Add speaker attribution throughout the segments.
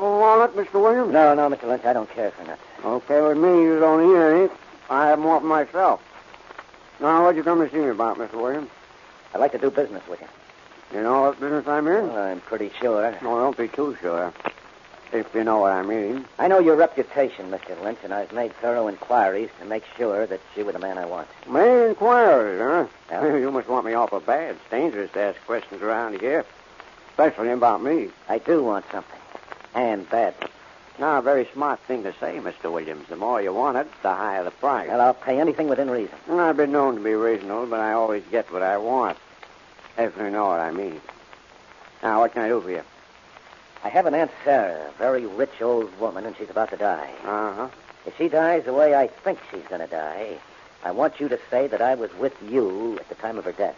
Speaker 1: Mr. Williams?
Speaker 2: No, no, Mr. Lynch, I don't care for nuts.
Speaker 1: Okay with me. You don't eat any. I have more for myself. Now, what'd you come to see me about, Mr. Williams?
Speaker 2: I'd like to do business with you.
Speaker 1: You know what business I'm in?
Speaker 2: Well, uh, I'm pretty sure.
Speaker 1: No, don't be too sure. If you know what I mean.
Speaker 2: I know your reputation, Mr. Lynch, and I've made thorough inquiries to make sure that you were the man I want.
Speaker 1: Made inquiries, huh?
Speaker 2: Yeah.
Speaker 1: You must want me off a bad. It's dangerous to ask questions around here, especially about me.
Speaker 2: I do want something. And badly.
Speaker 1: Not a very smart thing to say, Mr. Williams. The more you want it, the higher the price.
Speaker 2: Well, I'll pay anything within reason.
Speaker 1: And I've been known to be reasonable, but I always get what I want. If you know what I mean. Now, what can I do for you?
Speaker 2: I have an Aunt Sarah, a very rich old woman, and she's about to die.
Speaker 1: Uh huh.
Speaker 2: If she dies the way I think she's going to die, I want you to say that I was with you at the time of her death.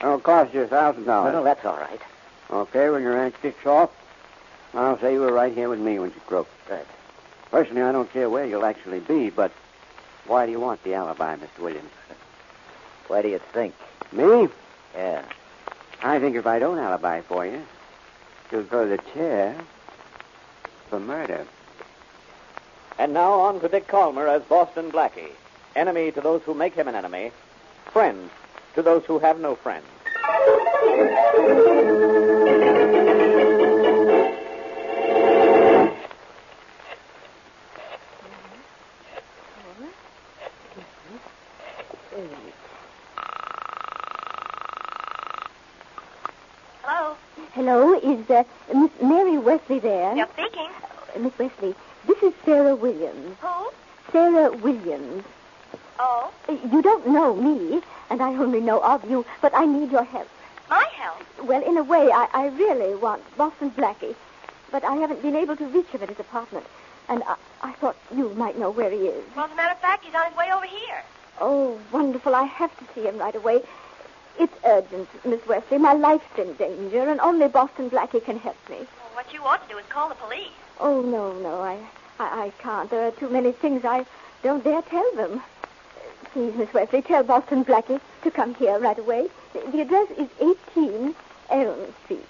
Speaker 1: It'll cost you a thousand
Speaker 2: No, no,
Speaker 1: dollars.
Speaker 2: that's all right.
Speaker 1: Okay, when your aunt kicks off, I'll say you were right here with me when she croaked.
Speaker 2: Good.
Speaker 1: Personally, I don't care where you'll actually be, but why do you want the alibi, Mr. Williams?
Speaker 2: Why do you think?
Speaker 1: Me?
Speaker 2: Yeah.
Speaker 1: I think if I don't alibi for you, you'll go to the chair for murder.
Speaker 3: And now on to Dick Calmer as Boston Blackie, enemy to those who make him an enemy, friend to those who have no friends.
Speaker 4: Hello?
Speaker 5: Hello, is uh, Miss Mary Wesley there?
Speaker 4: You're speaking.
Speaker 5: Uh, Miss Wesley, this is Sarah Williams.
Speaker 4: Who?
Speaker 5: Sarah Williams.
Speaker 4: Oh,
Speaker 5: Uh, You don't know me, and I only know of you, but I need your help.
Speaker 4: my help.
Speaker 5: Well, in a way, I, I really want Boston Blackie, but I haven't been able to reach him at his apartment, and I, I thought you might know where he is.
Speaker 4: Well, as a matter of fact, he's on his way over here.
Speaker 5: Oh, wonderful. I have to see him right away. It's urgent, Miss Wesley. My life's in danger, and only Boston Blackie can help me.
Speaker 4: Well, what you ought to do is call the police.
Speaker 5: Oh, no, no, I, I, I can't. There are too many things I don't dare tell them. Please, Miss Wesley, tell Boston Blackie to come here right away. The, the address is 18 Elm Street.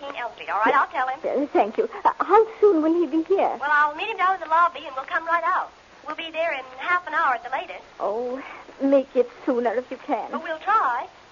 Speaker 4: 18 Elm Street. All right, I'll tell him.
Speaker 5: Uh, Thank you. Uh, how soon will he be here?
Speaker 4: Well, I'll meet him down in the lobby, and we'll come right out. We'll be there in half an hour at the latest.
Speaker 5: Oh, make it sooner if you can.
Speaker 4: But we'll try.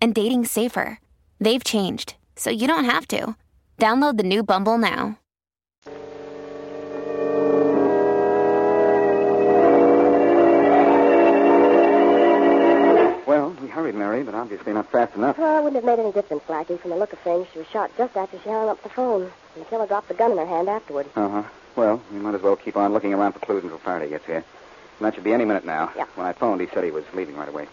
Speaker 6: and dating safer. They've changed, so you don't have to. Download the new Bumble now.
Speaker 2: Well, we hurried, Mary, but obviously not fast enough.
Speaker 7: Well, it wouldn't have made any difference, Blackie. From the look of things, she was shot just after she hung up the phone. And the killer dropped the gun in her hand afterward.
Speaker 2: Uh huh. Well, we might as well keep on looking around for clues until Faraday gets here. And that should be any minute now.
Speaker 7: Yeah.
Speaker 2: When I phoned, he said he was leaving right away.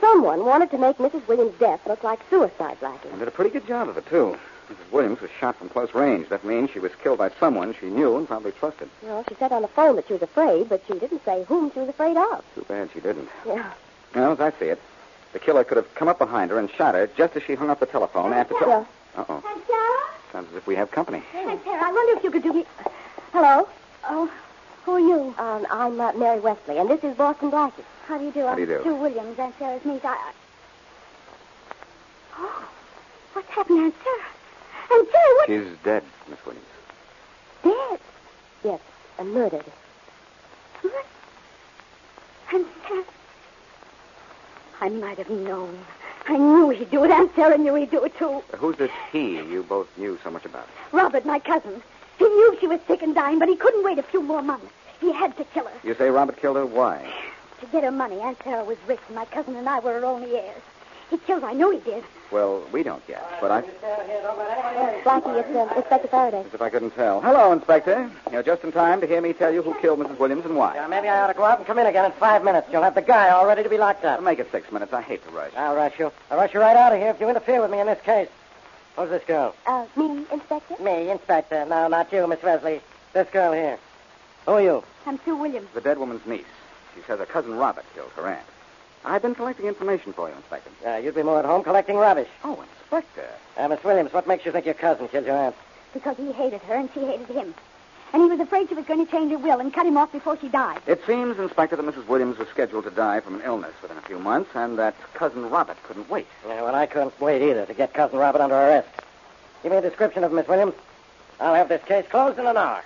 Speaker 7: Someone wanted to make Mrs. Williams' death look like suicide,
Speaker 2: And
Speaker 7: Blackie.
Speaker 2: did a pretty good job of it, too. Mrs. Williams was shot from close range. That means she was killed by someone she knew and probably trusted.
Speaker 7: Well, she said on the phone that she was afraid, but she didn't say whom she was afraid of.
Speaker 2: Too bad she didn't.
Speaker 7: Yeah.
Speaker 2: Well, as I see it, the killer could have come up behind her and shot her just as she hung up the telephone after... Te-
Speaker 7: Yeah.
Speaker 2: Uh-oh.
Speaker 5: Aunt Sarah?
Speaker 2: Sounds as if we have company.
Speaker 5: Aunt Sarah, I wonder if you could do me... Hello? Oh, who are you?
Speaker 7: Um, I'm uh, Mary Wesley, and this is Boston Blackie.
Speaker 5: How do you do?
Speaker 2: How do you
Speaker 5: I'm
Speaker 2: do?
Speaker 5: Sue Williams, Aunt Sarah's niece. I, I... Oh, what's happened, to Aunt Sarah? Aunt Sarah, what?
Speaker 2: She's dead, Miss Williams.
Speaker 5: Dead.
Speaker 7: Yes, and murdered.
Speaker 5: What? Aunt Sarah. I might have known. I knew he'd do it. Aunt Sarah knew he'd do it, too.
Speaker 2: Uh, Who's this he you both knew so much about?
Speaker 5: Robert, my cousin. He knew she was sick and dying, but he couldn't wait a few more months. He had to kill her.
Speaker 2: You say Robert killed her? Why?
Speaker 5: To get her money, Aunt Sarah was rich, and my cousin and I were her only heirs. He killed her. I know he did.
Speaker 2: Well, we don't yet, but I...
Speaker 7: Blackie, it's uh, Inspector Faraday.
Speaker 2: As if I couldn't tell. Hello, Inspector. You're just in time to hear me tell you who killed Mrs. Williams and why.
Speaker 1: Yeah, maybe I ought to go out and come in again in five minutes. You'll have the guy all ready to be locked
Speaker 2: I'll
Speaker 1: up.
Speaker 2: make it six minutes. I hate to rush.
Speaker 1: I'll rush you. I'll rush you right out of here if you interfere with me in this case. Who's this girl?
Speaker 7: Uh, me, Inspector?
Speaker 1: Me, Inspector. No, not you, Miss Wesley. This girl here.
Speaker 3: Who are you?
Speaker 5: I'm Sue Williams.
Speaker 1: The dead woman's niece. She says her cousin Robert killed her aunt. I've been collecting information for you, Inspector.
Speaker 8: Uh, you'd be more at home collecting rubbish.
Speaker 1: Oh, Inspector.
Speaker 8: Uh, Miss Williams, what makes you think your cousin killed your aunt?
Speaker 5: Because he hated her and she hated him. And he was afraid she was going to change her will and cut him off before she died.
Speaker 1: It seems, Inspector, that Mrs. Williams was scheduled to die from an illness within a few months, and that cousin Robert couldn't wait.
Speaker 8: Yeah, well, I couldn't wait either to get Cousin Robert under arrest. Give me a description of Miss Williams. I'll have this case closed in an hour.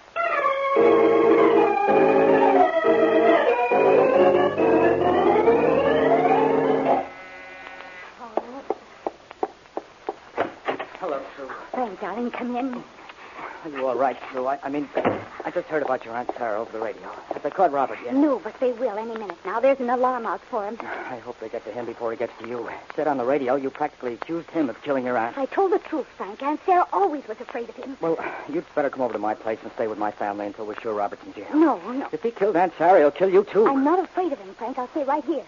Speaker 2: Hello, Sue.
Speaker 5: Well, darling, come in.
Speaker 2: Are you all right, Sue? I, I mean, I just heard about your Aunt Sarah over the radio. Have they caught Robert
Speaker 8: Mm.
Speaker 2: yet?
Speaker 5: No, but they will any minute now. There's an alarm out for him.
Speaker 2: I hope they get to him before he gets to you. Said on the radio you practically accused him of killing your aunt.
Speaker 5: I told the truth, Frank. Aunt Sarah always was afraid of him.
Speaker 2: Well, you'd better come over to my place and stay with my family until we're sure Robert's in jail.
Speaker 5: No, no.
Speaker 2: If he killed Aunt Sarah, he'll kill you, too.
Speaker 5: I'm not afraid of him, Frank. I'll stay right here.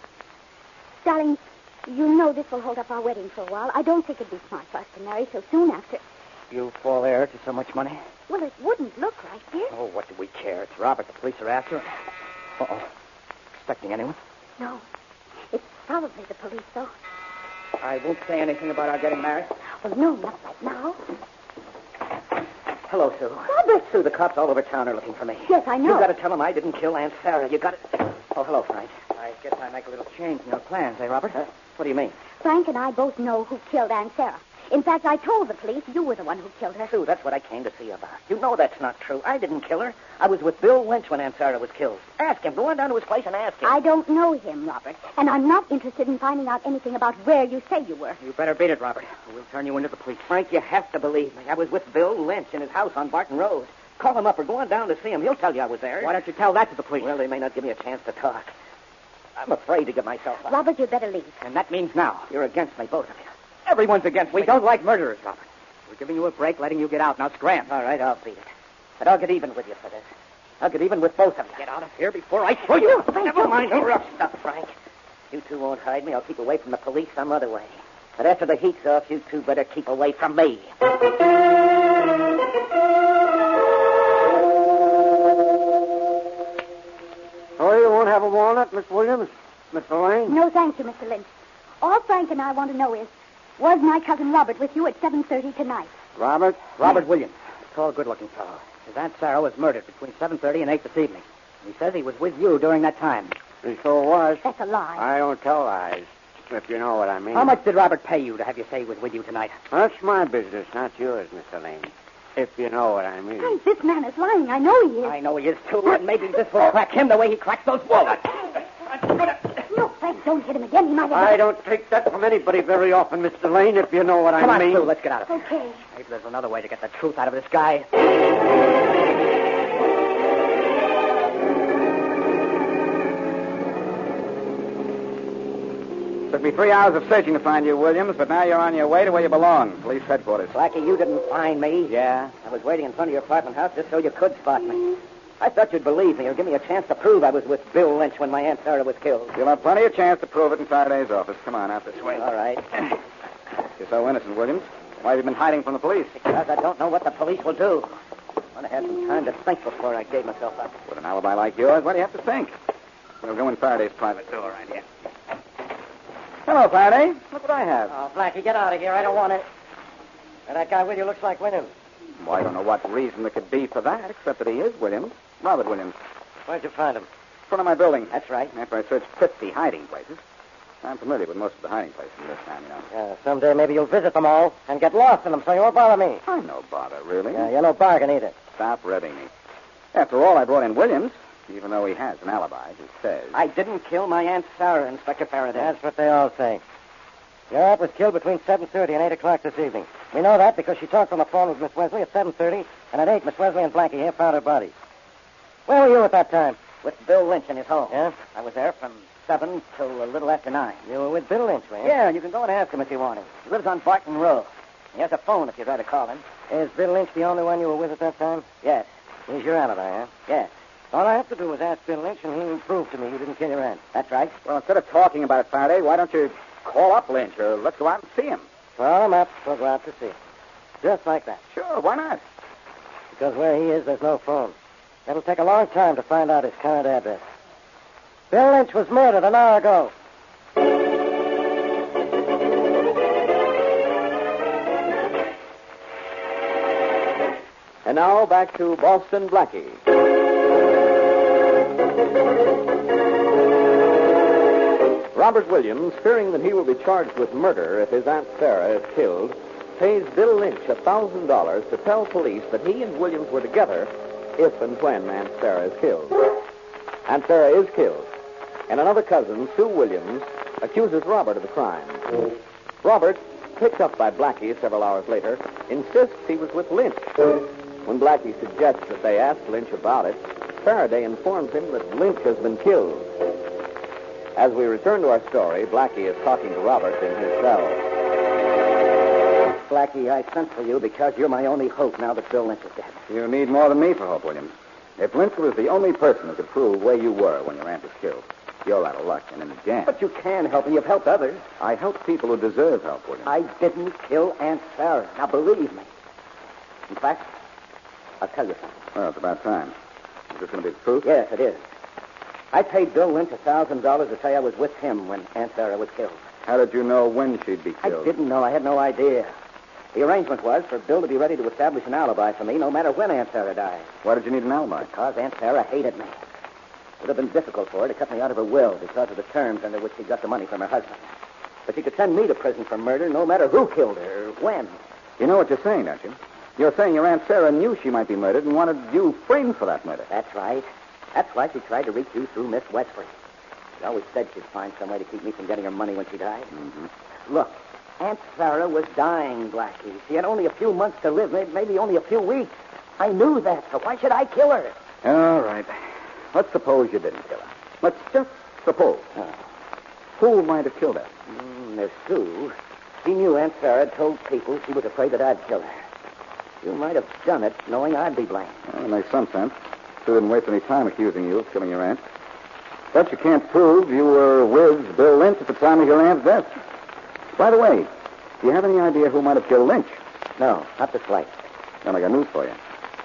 Speaker 5: Darling, you know this will hold up our wedding for a while. I don't think it'd be smart for us to marry so soon after.
Speaker 2: You fall heir to so much money?
Speaker 5: Well, it wouldn't look right, dear.
Speaker 2: Oh, what do we care? It's Robert. The police are after him. Uh-oh. Expecting anyone?
Speaker 5: No. It's probably the police, though.
Speaker 2: I won't say anything about our getting married.
Speaker 5: Well, no, not right now.
Speaker 2: Hello, Sue.
Speaker 5: Robert!
Speaker 2: Sue, the cops all over town are looking for me.
Speaker 5: Yes, I know.
Speaker 2: You gotta tell them I didn't kill Aunt Sarah. You gotta. Oh, hello, Frank. I guess I make a little change in your plans, eh, Robert? what do you mean?
Speaker 5: Frank and I both know who killed Aunt Sarah. In fact, I told the police you were the one who killed her.
Speaker 2: Sue, that's what I came to see you about. You know that's not true. I didn't kill her. I was with Bill Winch when Aunt Sarah was killed. Ask him. Go on down to his place and ask him.
Speaker 5: I don't know him, Robert, and I'm not interested in finding out anything about where you say you were.
Speaker 2: You better beat it, Robert. or We'll turn you into the police. Frank, you have to believe me. I was with Bill Lynch in his house on Barton Road. Call him up or go on down to see him. He'll tell you I was there. Why don't you tell that to the police? Well, they may not give me a chance to talk. I'm afraid to get myself up.
Speaker 5: Robert, you'd better leave.
Speaker 2: And that means now. You're against me, both of you. Everyone's against me. We don't like murderers, Robert. We're giving you a break, letting you get out. Now scram. All right, I'll beat it. But I'll get even with you for this. I'll get even with both of you. Get out of here before I throw you. Never mind the rough stuff, Frank.
Speaker 8: You two won't hide me. I'll keep away from the police some other way. But after the heat's off, you two better keep away from me.
Speaker 9: Oh, you won't have a walnut, Miss Williams? Miss Lane?
Speaker 5: No, thank you, Mr. Lynch. All Frank and I want to know is, was my cousin Robert with you at 7.30 tonight?
Speaker 9: Robert?
Speaker 2: Robert Williams. Tall, good-looking fellow. His Aunt Sarah was murdered between 7.30 and 8 this evening. He says he was with you during that time.
Speaker 9: And so it was.
Speaker 5: That's a lie.
Speaker 9: I don't tell lies, if you know what I mean.
Speaker 2: How much did Robert pay you to have you say he was with you tonight?
Speaker 9: That's my business, not yours, Miss Lane. If you know what I mean.
Speaker 5: Frank, this man is lying. I know he is.
Speaker 2: I know he is, too, and maybe this will crack him the way he cracked those walnuts.
Speaker 5: No, Frank, don't hit him again. He might have...
Speaker 9: I don't take that from anybody very often, Mr. Lane, if you know what
Speaker 2: Come
Speaker 9: I
Speaker 2: on,
Speaker 9: mean.
Speaker 2: Sue, let's get out of here.
Speaker 5: Okay.
Speaker 2: Maybe there's another way to get the truth out of this guy.
Speaker 1: Took me three hours of searching to find you, Williams, but now you're on your way to where you belong, police headquarters.
Speaker 8: Blackie, you didn't find me.
Speaker 1: Yeah?
Speaker 8: I was waiting in front of your apartment house just so you could spot me. I thought you'd believe me or give me a chance to prove I was with Bill Lynch when my Aunt Sarah was killed.
Speaker 1: You'll have plenty of chance to prove it in Saturday's office. Come on, out this way.
Speaker 8: All right.
Speaker 1: You're so innocent, Williams. Why have you been hiding from the police?
Speaker 8: Because I don't know what the police will do. I want to have some time to think before I gave myself up.
Speaker 1: With an alibi like yours, what do you have to think? We'll go in Faraday's private door right here. Hello, Faraday. Look what I have.
Speaker 8: Oh, Blackie, get out of here. I don't want it. And that guy with you looks like Wyndham.
Speaker 1: Well, I don't know what reason there could be for that, except that he is Williams. Robert Williams.
Speaker 8: Where'd you find him?
Speaker 1: In front of my building.
Speaker 8: That's right.
Speaker 1: After I searched 50 hiding places. I'm familiar with most of the hiding places in this town, you know.
Speaker 8: Uh, someday maybe you'll visit them all and get lost in them so you won't bother me.
Speaker 1: I'm no bother, really.
Speaker 8: Yeah, you're no bargain either.
Speaker 1: Stop reading me. After all, I brought in Williams, even though he has an alibi, as he says.
Speaker 2: I didn't kill my Aunt Sarah, Inspector Faraday.
Speaker 8: That's what they all say. Your aunt was killed between 7.30 and 8 o'clock this evening. We know that because she talked on the phone with Miss Wesley at 7.30, and at 8, Miss Wesley and Blackie here found her body. Where were you at that time?
Speaker 2: With Bill Lynch in his home.
Speaker 8: Yeah?
Speaker 2: I was there from 7 till a little after 9.
Speaker 8: You were with Bill Lynch, were you?
Speaker 2: Yeah, you can go and ask him if you want him. He lives on Barton Road. He has a phone if you'd rather call him.
Speaker 8: Is Bill Lynch the only one you were with at that time?
Speaker 2: Yes,
Speaker 8: He's your alibi, huh?
Speaker 2: yes,
Speaker 8: All I have to do is ask Bill Lynch, and he'll prove to me you didn't kill your aunt.
Speaker 2: that's right.
Speaker 1: Well, instead of talking about it, Faraday, why don't you call up Lynch or let's go out and see him?
Speaker 8: Well, I'm up. We'll go out to see. him. Just like that.
Speaker 1: Sure, why not?
Speaker 8: Because where he is, there's no phone. It'll take a long time to find out his current address. Bill Lynch was murdered an hour ago.
Speaker 3: And now back to Boston Blackie. Robert Williams, fearing that he will be charged with murder if his Aunt Sarah is killed, pays Bill Lynch $1,000 to tell police that he and Williams were together if and when Aunt Sarah is killed. Aunt Sarah is killed, and another cousin, Sue Williams, accuses Robert of the crime. Robert, picked up by Blackie several hours later, insists he was with Lynch. When Blackie suggests that they ask Lynch about it, Faraday informs him that Lynch has been killed. As we return to our story, Blackie is talking to Robert in his cell.
Speaker 2: Blackie, I sent for you because you're my only hope now that Bill Lynch is dead.
Speaker 1: You need more than me for hope, Williams. If Lynch was the only person who could prove where you were when your aunt was killed, you're out of luck and in a jam.
Speaker 2: But you can help, and you've helped others.
Speaker 1: I help people who deserve help, Williams.
Speaker 2: I didn't kill Aunt Sarah. Now, believe me. In fact, I'll tell you something.
Speaker 1: Well, it's about time. Is this going to be the truth?
Speaker 2: Yes, it is. I paid Bill Lynch $1,000 to say I was with him when Aunt Sarah was killed.
Speaker 1: How did you know when she'd be killed?
Speaker 2: I didn't know. I had no idea. The arrangement was for Bill to be ready to establish an alibi for me no matter when Aunt Sarah died.
Speaker 1: Why did you need an alibi?
Speaker 2: Because Aunt Sarah hated me. It would have been difficult for her to cut me out of her will because of the terms under which she got the money from her husband. But she could send me to prison for murder no matter who killed her or when.
Speaker 1: You know what you're saying, don't you? You're saying your Aunt Sarah knew she might be murdered and wanted you framed for that murder.
Speaker 2: That's right. That's why she tried to reach you through Miss Wesley. She always said she'd find some way to keep me from getting her money when she died. Look, Aunt Sarah was dying, Blackie. She had only a few months to live, may- maybe only a few weeks. I knew that, so why should I kill her?
Speaker 1: All right. Let's suppose you didn't kill her. Let's just suppose.
Speaker 2: Ah.
Speaker 1: Who might have killed her?
Speaker 2: Mm, Miss Sue, she knew Aunt Sarah had told people she was afraid that I'd kill her. You might have done it knowing I'd be blamed.
Speaker 1: Well, it makes some sense. Sue didn't waste any time accusing you of killing your aunt. But you can't prove you were with Bill Lynch at the time of your aunt's death. By the way, do you have any idea who might have killed Lynch?
Speaker 2: No, not the slightest.
Speaker 1: Then I got news for you.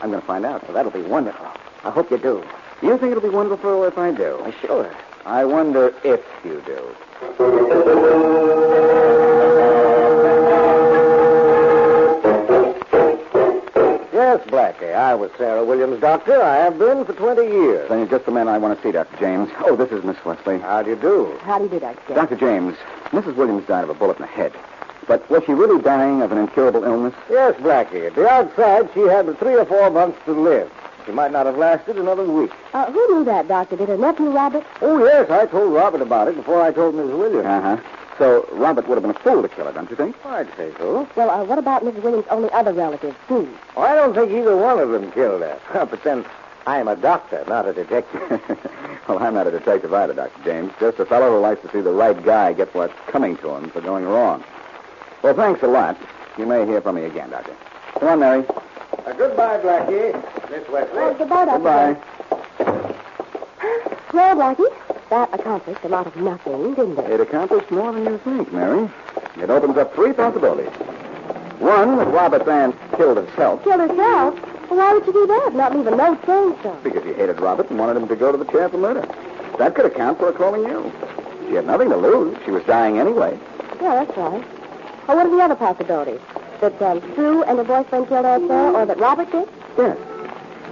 Speaker 1: I'm going to find out.
Speaker 2: Well, that'll be wonderful. I hope you do.
Speaker 1: Do you think it'll be wonderful if I do?
Speaker 2: Why, sure.
Speaker 1: I wonder if you do.
Speaker 9: Yes, Blackie, I was Sarah Williams' doctor. I have been for 20 years.
Speaker 1: Then you're just the man I want to see, Dr. James. Oh, this is Miss Wesley.
Speaker 9: How do you do?
Speaker 7: How do you do, Dr. James?
Speaker 1: Dr. James, Mrs. Williams died of a bullet in the head. But was she really dying of an incurable illness?
Speaker 9: Yes, Blackie. At the outside, she had three or four months to live. She might not have lasted another week.
Speaker 7: Uh, who knew that, Doctor? Did her nephew, Robert?
Speaker 9: Oh, yes, I told Robert about it before I told Miss Williams.
Speaker 1: Uh huh. So Robert would have been a fool to kill her, don't you think?
Speaker 9: I'd say so.
Speaker 7: Well, uh, what about Mrs. Williams' only other relative, Sue?
Speaker 9: Well, I don't think either one of them killed her. but then, I'm a doctor, not a detective.
Speaker 1: well, I'm not a detective either, Dr. James. Just a fellow who likes to see the right guy get what's coming to him for going wrong. Well, thanks a lot. You may hear from me again, Doctor. Come on, Mary.
Speaker 9: Uh, goodbye, Blackie. Miss Wesley.
Speaker 7: Well, Uh, goodbye, Dr.
Speaker 1: Goodbye.
Speaker 7: James. Well, Blackie, that accomplished a lot of nothing, didn't it?
Speaker 1: It accomplished more than you think, Mary. It opens up three possibilities. One, that Robert Van killed himself
Speaker 7: Killed herself? Well, why would you do that? Not leave a note saying so.
Speaker 1: because she hated Robert and wanted him to go to the chair for murder. That could account for her calling you. She had nothing to lose. She was dying anyway.
Speaker 7: Yeah, that's right. Well, what are the other possibilities? That um, Sue and her boyfriend killed Aunt Sarah, or that Robert did?
Speaker 1: Yes.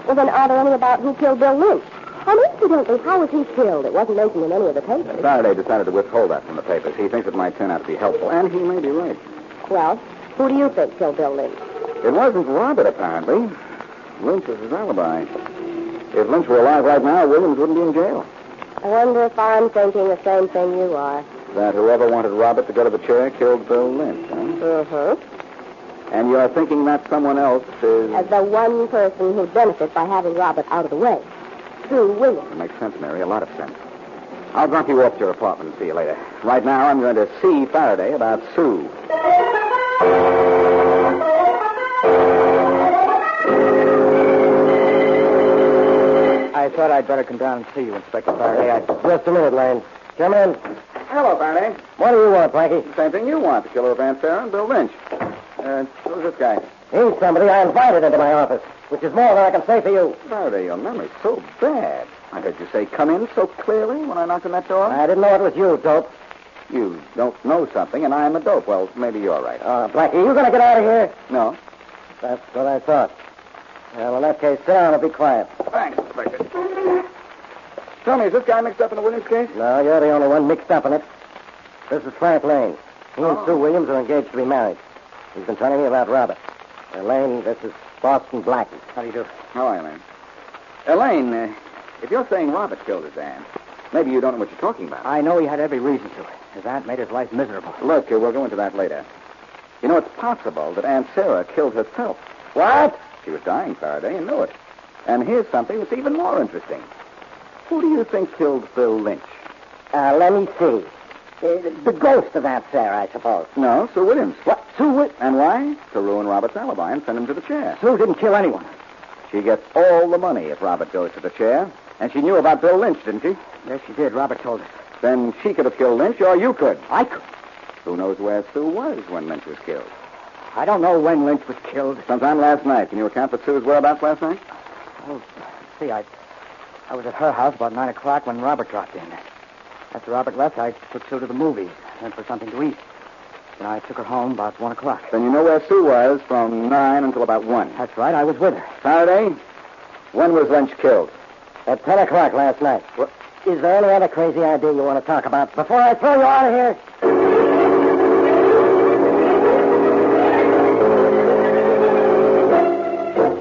Speaker 7: Well, then are there any about who killed Bill Lynch? And incidentally, how was he killed? It wasn't mentioned in any of the papers.
Speaker 1: Faraday decided to withhold that from the papers. He thinks it might turn out to be helpful, and he may be right.
Speaker 7: Well, who do you think killed Bill Lynch?
Speaker 1: It wasn't Robert, apparently. Lynch was his alibi. If Lynch were alive right now, Williams wouldn't be in jail.
Speaker 7: I wonder if I'm thinking the same thing you are.
Speaker 1: That whoever wanted Robert to go to the chair killed Bill Lynch, huh?
Speaker 7: Mm-hmm.
Speaker 1: And you're thinking that someone else is...
Speaker 7: As the one person who benefits by having Robert out of the way. Sue Williams.
Speaker 1: It makes sense, Mary. A lot of sense. I'll drop you off to your apartment and see you later. Right now, I'm going to see Faraday about Sue.
Speaker 2: I thought I'd better come down and see you, Inspector Faraday. I...
Speaker 8: Just a minute, Lane. Come in.
Speaker 1: Hello, Faraday.
Speaker 8: What do you want, Blackie?
Speaker 1: Same thing you want, the killer of Aunt Sarah and Bill Lynch. Uh, who's this guy?
Speaker 8: He's somebody I invited into my office.
Speaker 2: which is more than I can say for you.
Speaker 1: Faraday, your memory's so bad. I heard you say come in so clearly when I knocked on that door.
Speaker 2: I didn't know it was you, dope.
Speaker 1: You don't know something, and I'm a dope. Well, maybe you're right.
Speaker 2: Uh, Blackie, you going to get out of here?
Speaker 1: no.
Speaker 2: That's what I thought. Well, in that case, sit down and be quiet.
Speaker 1: Thanks, Inspector. Tell me, is this guy mixed up in the Williams case?
Speaker 2: No, you're the only one mixed up in it. This is Frank Lane. He and Sue Williams are engaged to be married. He's been telling me about Robert. And Lane, this is Boston Blackie.
Speaker 1: How do you do? How are you, Elaine? Elaine, uh, if you're saying Robert killed his aunt, maybe you don't know what you're talking about.
Speaker 10: I know he had every reason to. His aunt made his life miserable.
Speaker 1: Look, uh, we'll go into that later. You know, it's possible that Aunt Sarah killed herself.
Speaker 2: What?
Speaker 1: She was dying, Faraday, and knew it. And here's something that's even more interesting. Who do you think killed Bill Lynch?
Speaker 2: Uh, let me see. Uh, the ghost of Aunt Sarah, I suppose.
Speaker 1: No, Sue Williams.
Speaker 2: What? Sue Wi-
Speaker 1: And why? To ruin Robert's alibi and send him to the chair.
Speaker 2: Sue didn't kill anyone.
Speaker 1: She gets all the money if Robert goes to the chair. And she knew about Bill Lynch, didn't she?
Speaker 10: Yes, she did. Robert told us.
Speaker 1: Then she could have killed Lynch, or you could.
Speaker 10: I could.
Speaker 1: Who knows where Sue was when Lynch was killed?
Speaker 10: I don't know when Lynch was killed.
Speaker 1: Sometime last night. Can you account for Sue's whereabouts last night?
Speaker 10: Oh, see, I, I was at her house about nine o'clock when Robert dropped in. After Robert left, I took Sue to the movies, then for something to eat. Then I took her home about one o'clock.
Speaker 1: Then you know where Sue was from nine until about one.
Speaker 10: That's right. I was with her.
Speaker 1: Faraday, when was Lynch killed?
Speaker 2: At 10 o'clock last night.
Speaker 1: What?
Speaker 2: Is there any other crazy idea you want to talk about before I throw you out of here?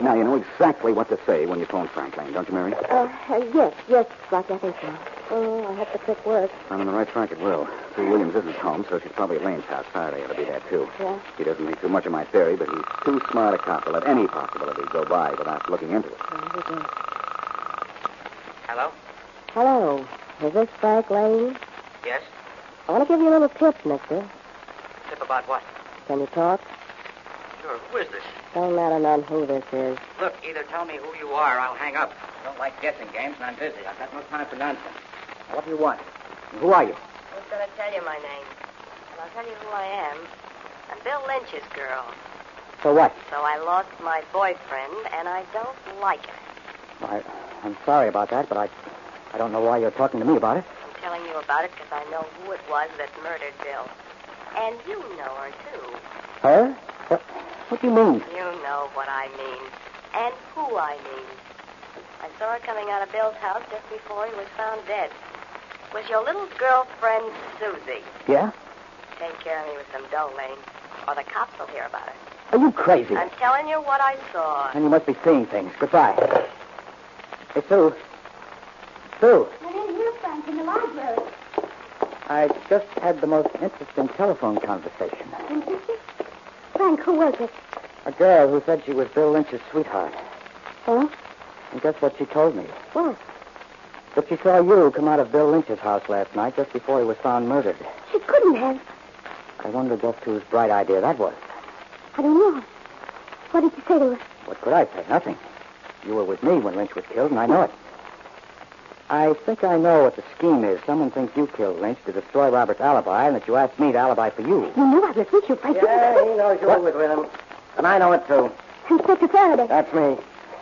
Speaker 1: Now you know exactly what to say when you phone Frank Lane, don't you, Mary?
Speaker 5: Uh, uh, yes, yes, Blackie, I think so. Oh, I hope the trick works.
Speaker 1: I'm on the right track, it will. Sue Williams isn't home, so she's probably at Lane's house. Faraday ought to be there, too.
Speaker 5: Yeah.
Speaker 1: He doesn't think too much of my theory, but he's too smart a cop to let any possibility go by without looking into it.
Speaker 5: yeah, we do.
Speaker 11: Hello?
Speaker 5: Hello, is this Frank Lane?
Speaker 11: Yes?
Speaker 5: I want to give you a little tip, mister.
Speaker 11: Tip about what?
Speaker 5: Can you talk?
Speaker 11: Sure. Who is this?
Speaker 5: Don't matter none who this is.
Speaker 11: Look, either tell me who you are or I'll hang up.
Speaker 10: I don't like guessing games, and I'm busy. I've got no time for nonsense. Now, what do you want? And who are you?
Speaker 4: Who's going to tell you my name? Well, I'll tell you who I am. I'm Bill Lynch's girl.
Speaker 10: For what?
Speaker 4: So I lost my boyfriend, and I don't like it.
Speaker 10: I, I'm sorry about that, but I, I don't know why you're talking to me about it.
Speaker 4: I'm telling you about it because I know who it was that murdered Bill. And you know her, too.
Speaker 10: Her? What, what do you mean?
Speaker 4: You know what I mean. And who I mean. I saw her coming out of Bill's house just before he was found dead. It was your little girlfriend, Susie.
Speaker 10: Yeah?
Speaker 4: Take care of me with some dough, Lane, or the cops will hear about it.
Speaker 10: Are you crazy?
Speaker 4: I'm telling you what I saw.
Speaker 10: And you must be seeing things. Goodbye. Hey, Sue. Sue,
Speaker 12: They're in here, Frank, in the library.
Speaker 10: I just had the most interesting telephone conversation.
Speaker 5: Frank, who was it?
Speaker 10: A girl who said she was Bill Lynch's sweetheart.
Speaker 5: Huh?
Speaker 10: And guess what she told me?
Speaker 5: What?
Speaker 10: That she saw you come out of Bill Lynch's house last night just before he was found murdered.
Speaker 5: She couldn't have.
Speaker 10: I wonder just whose bright idea that was.
Speaker 5: I don't know. What did you say to her?
Speaker 10: What could I say? Nothing. You were with me when Lynch was killed, and I know it. I think I know what the scheme is. Someone thinks you killed Lynch to destroy Robert's alibi, and that you asked me to alibi for you.
Speaker 5: You knew I was with you, Frank.
Speaker 2: Yeah, he knows you're
Speaker 10: What?
Speaker 2: with him. And I know it, too.
Speaker 5: Inspector Faraday.
Speaker 2: That's me.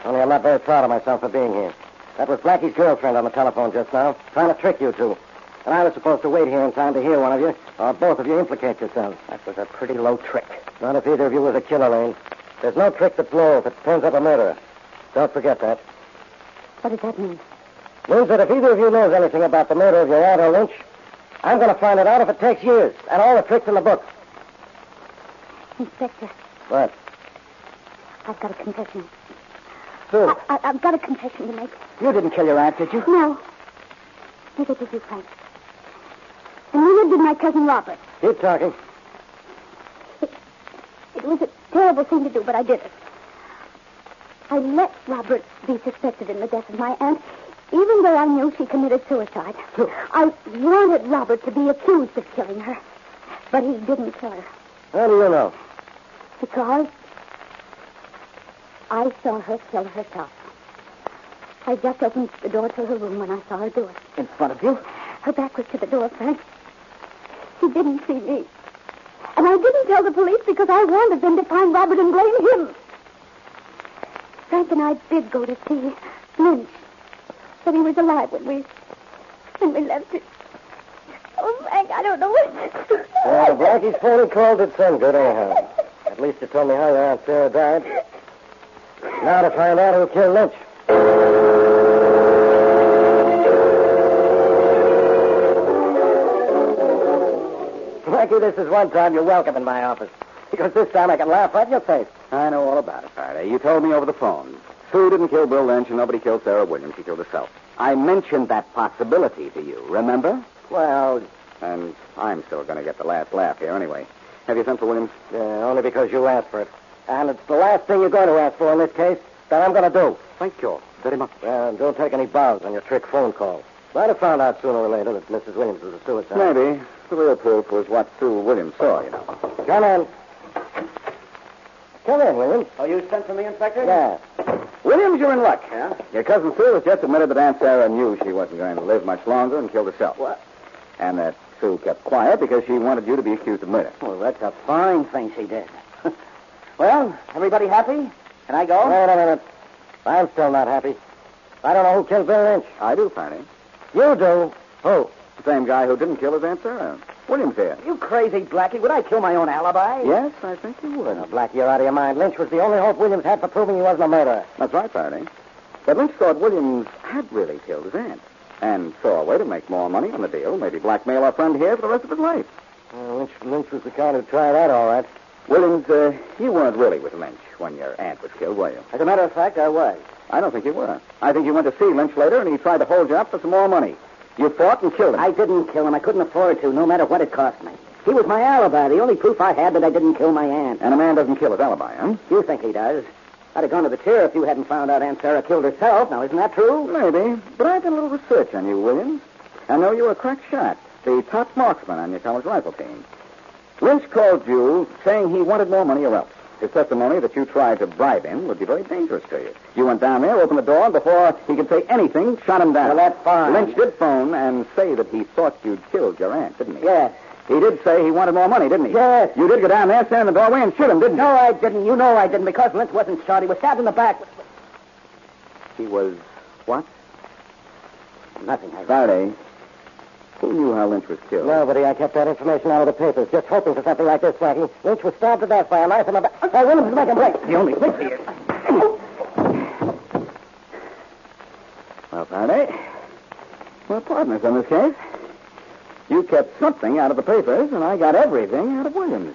Speaker 2: Only I'm not very proud of myself for being here. That was Blackie's girlfriend on the telephone just now, trying to trick you two. And I was supposed to wait here in time to hear one of you, or both of you implicate yourselves.
Speaker 10: That was a pretty low trick.
Speaker 2: Not if either of you was a killer, Lane. There's no trick that's low if it turns up a murderer. Don't forget that.
Speaker 5: What does that mean?
Speaker 2: Means that if either of you knows anything about the murder of your aunt or Lynch, I'm going to find it out if it takes years, and all the tricks in the book.
Speaker 5: Inspector,
Speaker 2: But,
Speaker 5: I've got a confession.
Speaker 2: Sue,
Speaker 5: Oh, I, I, I've got a confession to make.
Speaker 2: you didn't kill your aunt, did you?
Speaker 5: No. Neither did you, Frank. And neither did my cousin Robert.
Speaker 2: Keep talking.
Speaker 5: It was a terrible thing to do, but I did it. I let Robert be suspected in the death of my aunt, even though I knew she committed suicide. I wanted Robert to be accused of killing her, but he didn't kill her
Speaker 2: How do you know?
Speaker 5: because I saw her kill herself. I just opened the door to her room when I saw her do it.
Speaker 10: In front of you?
Speaker 5: Her back was to the door, Frank. He didn't see me. And I didn't tell the police because I wanted them to find Robert and blame him. Frank and I did go to see Lynch. But he was alive when we when we left it. Oh, Frank, I don't know what.
Speaker 2: Well, Blackie's fully called it some good, anyhow. At least it told me how your Aunt Sarah died. Now to find out who killed Lynch. Blackie, this is one time you're welcome in my office. Because this time I can laugh right in your face.
Speaker 1: I know all about it, Faraday. You told me over the phone. Sue didn't kill Bill Lynch, and nobody killed Sarah Williams. She killed herself. I mentioned that possibility to you, remember?
Speaker 2: Well,
Speaker 1: And I'm still going to get the last laugh here anyway. Have you sent for Williams?
Speaker 2: uh, only because you asked for it. And it's the last thing you're going to ask for in this case that I'm going to do.
Speaker 1: Thank you very much.
Speaker 2: Well, and don't take any bows on your trick phone call. Might have found out sooner or later that Mrs. Williams was a suicide.
Speaker 1: Maybe. The real proof was what Sue Williams saw, you know.
Speaker 2: Come in. Come in, Williams.
Speaker 13: Oh, you sent for me, Inspector?
Speaker 2: Yeah.
Speaker 1: Williams, you're in luck. Huh? Your cousin Sue has just admitted that Aunt Sarah knew she wasn't going to live much longer and killed herself.
Speaker 13: What?
Speaker 1: And that Sue kept quiet because she wanted you to be accused of murder.
Speaker 13: Well, Oh, that's a fine thing she did. well, everybody happy? Can I go?
Speaker 2: Wait a minute. I'm still not happy. I don't know who killed Bill Lynch.
Speaker 1: I do, Faraday.
Speaker 2: You do. Who?
Speaker 1: The same guy who didn't kill his Aunt Sarah. Williams here.
Speaker 13: you crazy, Blackie. Would I kill my own alibi?
Speaker 1: Yes, I think you would.
Speaker 2: Now, Black, you're out of your mind. Lynch was the only hope Williams had for proving he wasn't a murderer.
Speaker 1: That's right, Faraday. But Lynch thought Williams had really killed his aunt and saw a way to make more money on the deal, maybe blackmail our friend here for the rest of his life.
Speaker 2: Uh, Lynch, Lynch was the kind who tried that, all right.
Speaker 1: Williams, uh, you weren't really with Lynch when your aunt was killed, were you?
Speaker 2: As a matter of fact, I was.
Speaker 1: I don't think you were. I think you went to see Lynch later, and he tried to hold you up for some more money. You fought and killed him.
Speaker 2: I didn't kill him. I couldn't afford to, no matter what it cost me. He was my alibi, the only proof I had that I didn't kill my aunt.
Speaker 1: And a man doesn't kill his alibi, huh?
Speaker 2: You think he does? I'd have gone to the chair if you hadn't found out Aunt Sarah killed herself. Now, isn't that true?
Speaker 1: Maybe. But I've done a little research on you, Williams. I know you were a crack shot, the top marksman on your college rifle team. Lynch called you saying he wanted more money or else. His testimony that you tried to bribe him would be very dangerous to you. You went down there, opened the door, and before he could say anything, shot him down.
Speaker 2: Well, that's fine.
Speaker 1: Lynch did phone and say that he thought you'd killed your aunt, didn't he?
Speaker 2: Yes.
Speaker 1: He did say he wanted more money, didn't he?
Speaker 2: Yes.
Speaker 1: You did go down there, stand in the doorway, and shoot him, didn't
Speaker 2: No, I didn't. You know I didn't because Lynch wasn't shot. He was stabbed in the back.
Speaker 1: you? He was what?
Speaker 2: Nothing. I
Speaker 1: Faraday. Who knew how Lynch was killed?
Speaker 2: Nobody. I kept that information out of the papers, just hoping for something like this, Blackie. Lynch was stabbed to death by a knife in the back. Hey, Williams, make a break. The only thing here.
Speaker 1: Well, Faraday, we're partners in this case. You kept something out of the papers, and I got everything out of Williams.